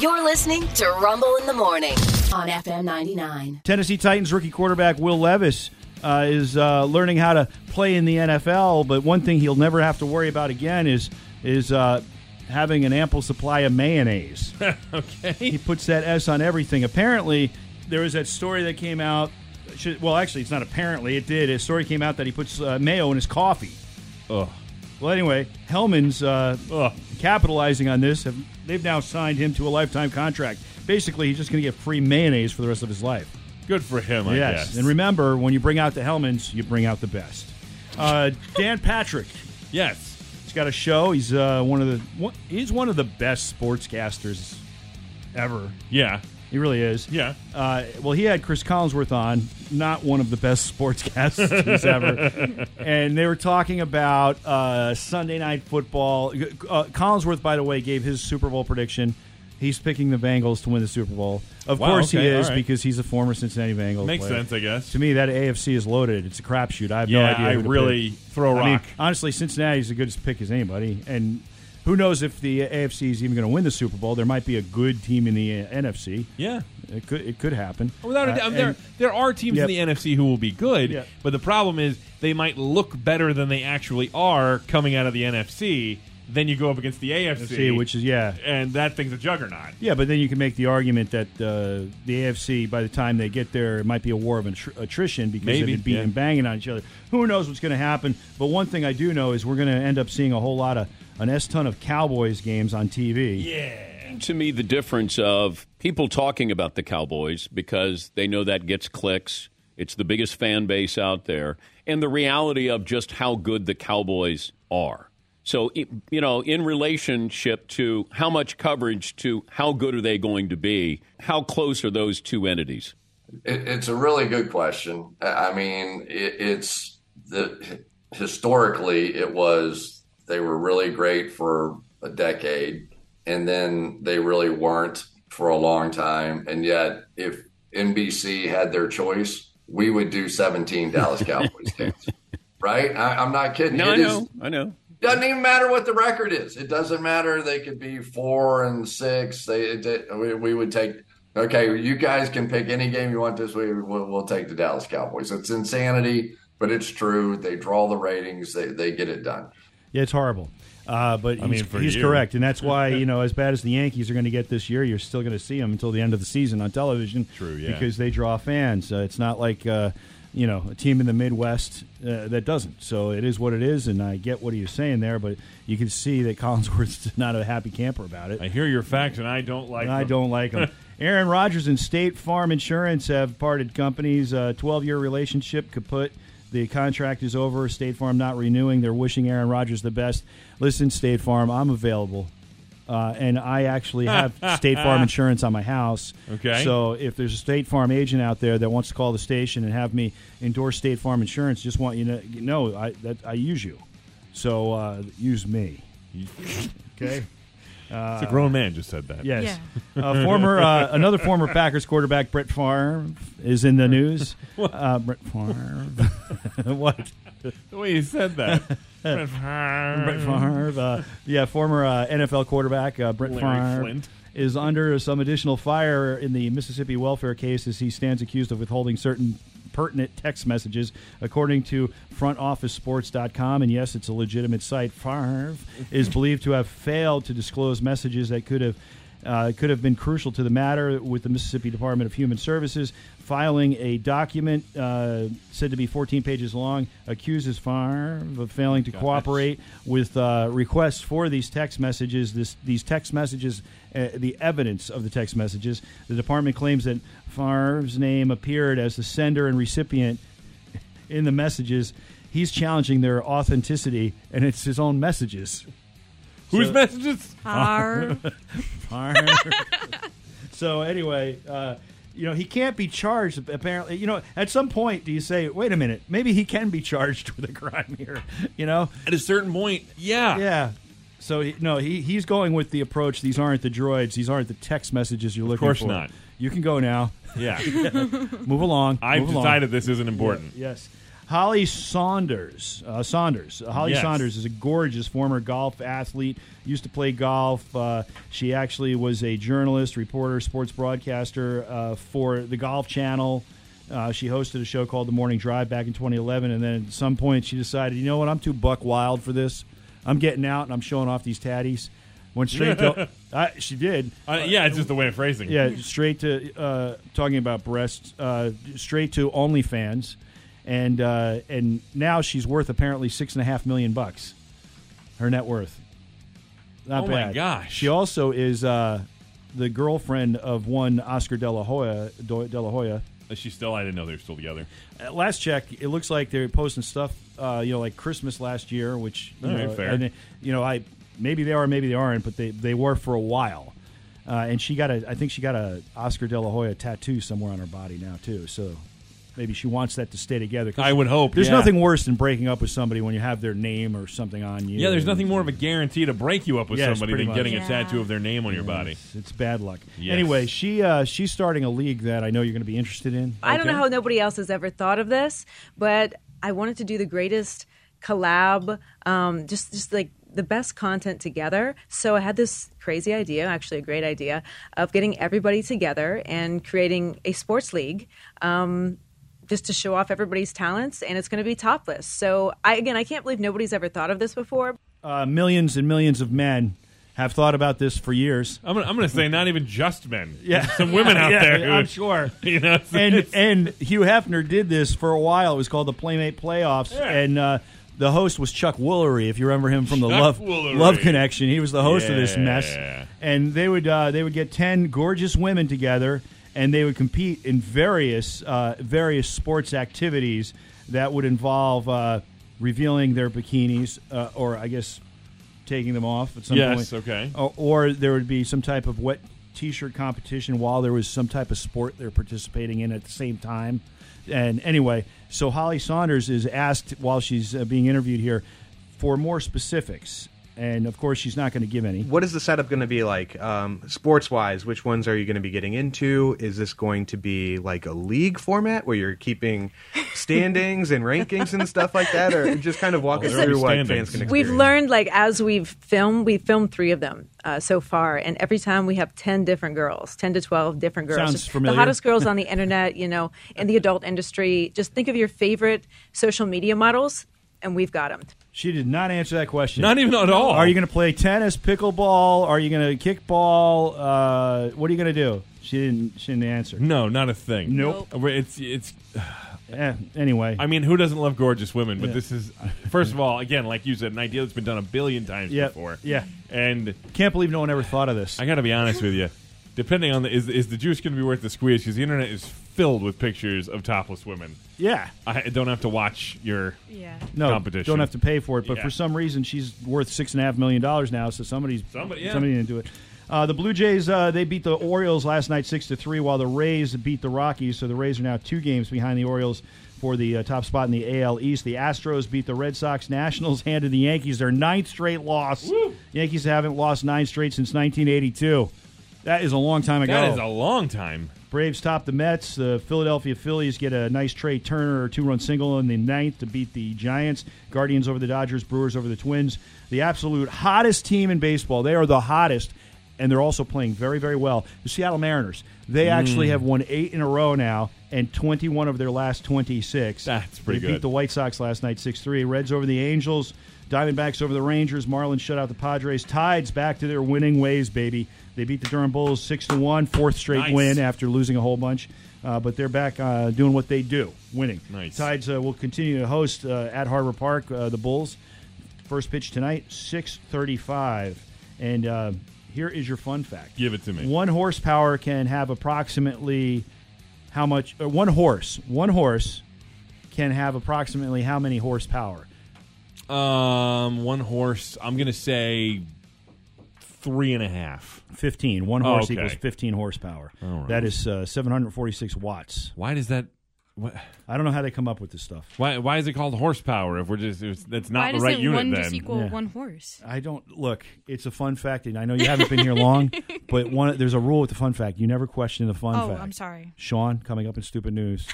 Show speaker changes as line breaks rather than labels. You're listening to Rumble in the Morning on FM 99.
Tennessee Titans rookie quarterback Will Levis uh, is uh, learning how to play in the NFL, but one thing he'll never have to worry about again is is uh, having an ample supply of mayonnaise. he
okay.
puts that S on everything. Apparently, there was that story that came out. should- Well, actually, it's not apparently. It did. A story came out that he puts uh, mayo in his coffee.
Ugh.
Well, anyway, Hellman's uh, ugh, capitalizing on this. Have, they've now signed him to a lifetime contract. Basically, he's just going to get free mayonnaise for the rest of his life.
Good for him, I
yes.
guess.
And remember, when you bring out the Hellmans, you bring out the best. Uh, Dan Patrick.
yes.
He's got a show. He's uh, one of the one, he's one of the best sportscasters ever.
Yeah.
He really is.
Yeah.
Uh, well, he had Chris Collinsworth on, not one of the best sportscasters ever, and they were talking about uh, Sunday night football. Uh, Collinsworth, by the way, gave his Super Bowl prediction. He's picking the Bengals to win the Super Bowl. Of
Wow,
course, he
okay,
is
all right.
because he's a former Cincinnati Bengals.
Makes
player.
sense, I guess.
To me, that AFC is loaded. It's a crapshoot. I have no
Yeah,
idea.
I
who to
really
pick.
throw a
I mean,
rock.
honestly, Cincinnati's as good as pick as anybody, and who knows if the AFC is even going to win the Super Bowl? There might be a good team in the uh, NFC.
Yeah.
It could it could happen.
Without a
Uh,
doubt,
and-
there, there are teams
Yep.
in the NFC who will be good,
Yeah.
but the problem is they might look better than they actually are coming out of the NFC. Then you go up against the AFC,
see, which is yeah,
and that thing's a juggernaut.
yeah. But then you can make the argument that uh, the AFC, by the time they get there, it might be a war of attr- attrition because
Maybe,
they've been beating
yeah.
and banging on each other. Who knows what's going to happen? But one thing I do know is we're going to end up seeing a whole lot of an s ton of Cowboys games on TV.
Yeah,
to me the difference of people talking about the Cowboys because they know that gets clicks. It's the biggest fan base out there, and the reality of just how good the Cowboys are. So, i- you know, in relationship to how much coverage to how good are they going to be, how close are those two entities?
It, it's a really good question. I I mean, it, it's the historically it was they were really great for a decade, and then they really weren't for a long time. And yet, if NBC had their choice, we would do 17 Dallas Cowboys games, right? I, I'm not kidding.
No, I
It is-
know, I know.
doesn't even matter what the record is. It doesn't matter. They could be four and six. They, it, it- we, we would take. Okay, you guys can pick any game you want this week. We'll, we'll take the Dallas Cowboys. It's insanity, but it's true. They draw the ratings. They they get it done.
Yeah, it's horrible. Uh, but he's,
mean, for
he's
you.
correct, and that's why you know as bad as the Yankees are going to get this year, you're still going to see them until the end of the season on television.
True, yeah.
because they draw fans. Uh, it's not like uh, you know a team in the Midwest uh, that doesn't. So it is what it is, and I get what he was saying there, but you can see that Collinsworth's not a happy camper about it.
I hear your facts, and I don't like.
And I
them.
don't like him. Aaron Rodgers and State Farm Insurance have parted companies. A 12 year relationship kaput. The contract is over. State Farm not renewing. They're wishing Aaron Rodgers the best. Listen, State Farm, I'm available. Uh, and I actually have State Farm insurance on my house.
Okay.
So if there's a State Farm agent out there that wants to call the station and have me endorse State Farm insurance, just want you to know I, that I use you. So uh, use me. Okay.
It's a
uh,
grown man just said that.
Yes. Uh, former uh, another former Packers quarterback Brett Favre is in the news. Uh, Brett Favre. what?
the way you said that. Brett
Brett
Favre.
Favre. Uh, yeah, former uh, NFL quarterback uh, Brett
Larry
Favre
Flint.
is under some additional fire in the Mississippi welfare case as he stands accused of withholding certain pertinent text messages, according to frontofficesports.com. And yes, it's a legitimate site. Favre is believed to have failed to disclose messages that could have. Uh, could have been crucial to the matter with the Mississippi Department of Human Services filing a document uh, said to be 14 pages long accuses Favre of failing to cooperate with uh, requests for these text messages. This, these text messages, uh, the evidence of the text messages. The department claims that Favre's name appeared as the sender and recipient in the messages. He's challenging their authenticity, and it's his own messages.
Whose messages?
Arr.
so anyway, uh, you know he can't be charged. Apparently, you know at some point do you say, wait a minute, maybe he can be charged with a crime here? You know,
At a certain point, yeah.
yeah. So he, no, he he's going with the approach. These aren't the droids. These aren't the text messages you're looking for.
course not.
You can go now.
Yeah.
Move along.
I've
Move along.
decided this isn't important.
Yes. Holly Saunders. Uh, Saunders. Uh, Holly
Yes.
Saunders is a gorgeous former golf athlete. Used to play golf. Uh, she actually was a journalist, reporter, sports broadcaster uh, for the Golf Channel. Uh, she hosted a show called The Morning Drive back in 2011, and then at some point she decided, you know what, I'm too buck wild for this. I'm getting out and I'm showing off these tatties. Went straight to. Uh, she did.
Uh, yeah, it's just the way of phrasing.
Yeah, straight to uh, talking about breasts. Uh, straight to OnlyFans, and uh, and now she's worth apparently six and a half million bucks. Her net worth. Not
Oh my
bad.
gosh.
She also is uh, the girlfriend of one Oscar De La Hoya. Do- De La Hoya.
She still, I didn't know they were still together.
At last check, it looks like they're posting stuff. Uh, you know, like Christmas last year, which you
All right,
know,
fair.
And, you know, I maybe they are, maybe they aren't, but they they were for a while. Uh, and she got a, I think she got a Oscar De La Hoya tattoo somewhere on her body now too. So maybe she wants that to stay together. 'Cause
I would hope.
There's
yeah.
nothing worse than breaking up with somebody when you have their name or something on you.
Yeah, there's nothing more of a guarantee to break you up with
Yes,
somebody
pretty
than
much.
getting a
Yeah.
tattoo of their name on your body.
It's, it's bad luck.
Yes.
Anyway, she uh, she's starting a league that I know you're going to be interested in.
I don't know
Okay.
how nobody else has ever thought of this, but I wanted to do the greatest collab, um, just just like the best content together. So I had this crazy idea, actually a great idea, of getting everybody together and creating a sports league. Um, just to show off everybody's talents, and it's going to be topless. So, I again, I can't believe nobody's ever thought of this before.
Uh, millions and millions of men have thought about this for years.
I'm gonna, I'm gonna say not even just men.
Yeah.
some women out
Yeah,
there.
yeah,
who-
I'm sure.
You know,
and and Hugh Hefner did this for a while. It was called the Playmate Playoffs,
Yeah.
and uh, the host was Chuck Woolery, if you remember him from the
Chuck
Love
Woolery.
Love Connection. He was the host of this mess,
Yeah.
and they would uh, they would get ten gorgeous women together, and they would compete in various uh, various sports activities that would involve uh, revealing their bikinis, uh, or I guess taking them off at some
Yes,
point.
okay.
Or, or there would be some type of wet T-shirt competition while there was some type of sport they're participating in at the same time. And anyway, so Holly Saunders is asked while she's uh, being interviewed here for more specifics, and of course she's not going to give any.
What is the setup going to be like, um, sports wise? Which ones are you going to be getting into? Is this going to be like a league format where you're keeping standings and rankings and stuff like that, or just kind of walk
Well,
us
there'll be
through what
standings.
fans can experience?
We've learned, like, as we've filmed, we've filmed three of them uh, so far, and every time we have 10 different girls, 10 to 12 different girls.
Sounds
Just
familiar.
The hottest girls on the internet, you know, in the adult industry. Just think of your favorite social media models, and we've got them.
She did not answer that question.
not even at all.
Are you going to play tennis, pickleball? Are you going to kickball? Uh, what are you going to do? She didn't. She didn't answer.
No, not a thing.
Nope.
Uh, It's it's. Hmm.
Eh, anyway,
I mean, who doesn't love gorgeous women? But this is first of all, again, like you said, an idea that's been done a billion times
Yeah,
before.
yeah.
and
can't believe no one ever thought of this.
I got to be honest with you. Depending on the is is the juice going to be worth the squeeze? Because the internet is filled with pictures of topless women.
yeah.
I don't have to watch your
Yeah.
no,
competition.
Don't have to pay for it, but
Yeah.
for some reason she's worth six and a half million dollars now. So somebody's
Somebody, yeah.
didn't do it. Uh, the Blue Jays uh, they beat the Orioles last night six to three, while the Rays beat the Rockies. So the Rays are now two games behind the Orioles for the uh, top spot in the AL East. The Astros beat the Red Sox. Nationals handed the Yankees their ninth straight loss. Yankees haven't lost nine straight since 1982. That is a long time ago.
That is a long time.
Braves top the Mets. The Philadelphia Phillies get a nice Trey Turner or two run single in the ninth to beat the Giants. Guardians over the Dodgers. Brewers over the Twins. The absolute hottest team in baseball. They are the hottest, and they're also playing very, very well. The Seattle Mariners. They
Hmm.
actually have won eight in a row now and 21 of their last 26.
That's pretty
they
good.
beat the White Sox last night 6 3. Reds over the Angels. Diamondbacks over the Rangers. Marlins shut out the Padres. Tides back to their winning ways, baby. They beat the Durham Bulls 6 to 1, fourth straight
Nice.
win after losing a whole bunch. Uh, but they're back uh, doing what they do, winning.
Nice.
Tides uh, will continue to host uh, at Harbor Park uh, the Bulls. First pitch tonight, 6:35, and uh, here is your fun fact.
Give it to me.
One horsepower can have approximately how much? Or one horse. One horse can have approximately how many horsepower?
Um, one horse. I'm gonna say three and a half.
15. One
Oh,
horse
okay.
equals 15 horsepower.
right.
That is uh, 746 watts.
Why does that? What,
I don't know how they come up with this stuff.
why why is it called horsepower? If we're just it's, that's not
Why
the
does
right
it
unit
one
then.
just equal
Yeah.
one horse?
I don't look. It's a fun fact, and I know you haven't been here long, but one there's a rule with the fun fact. You never question the fun
Oh,
fact.
I'm sorry.
Sean, coming up in stupid news.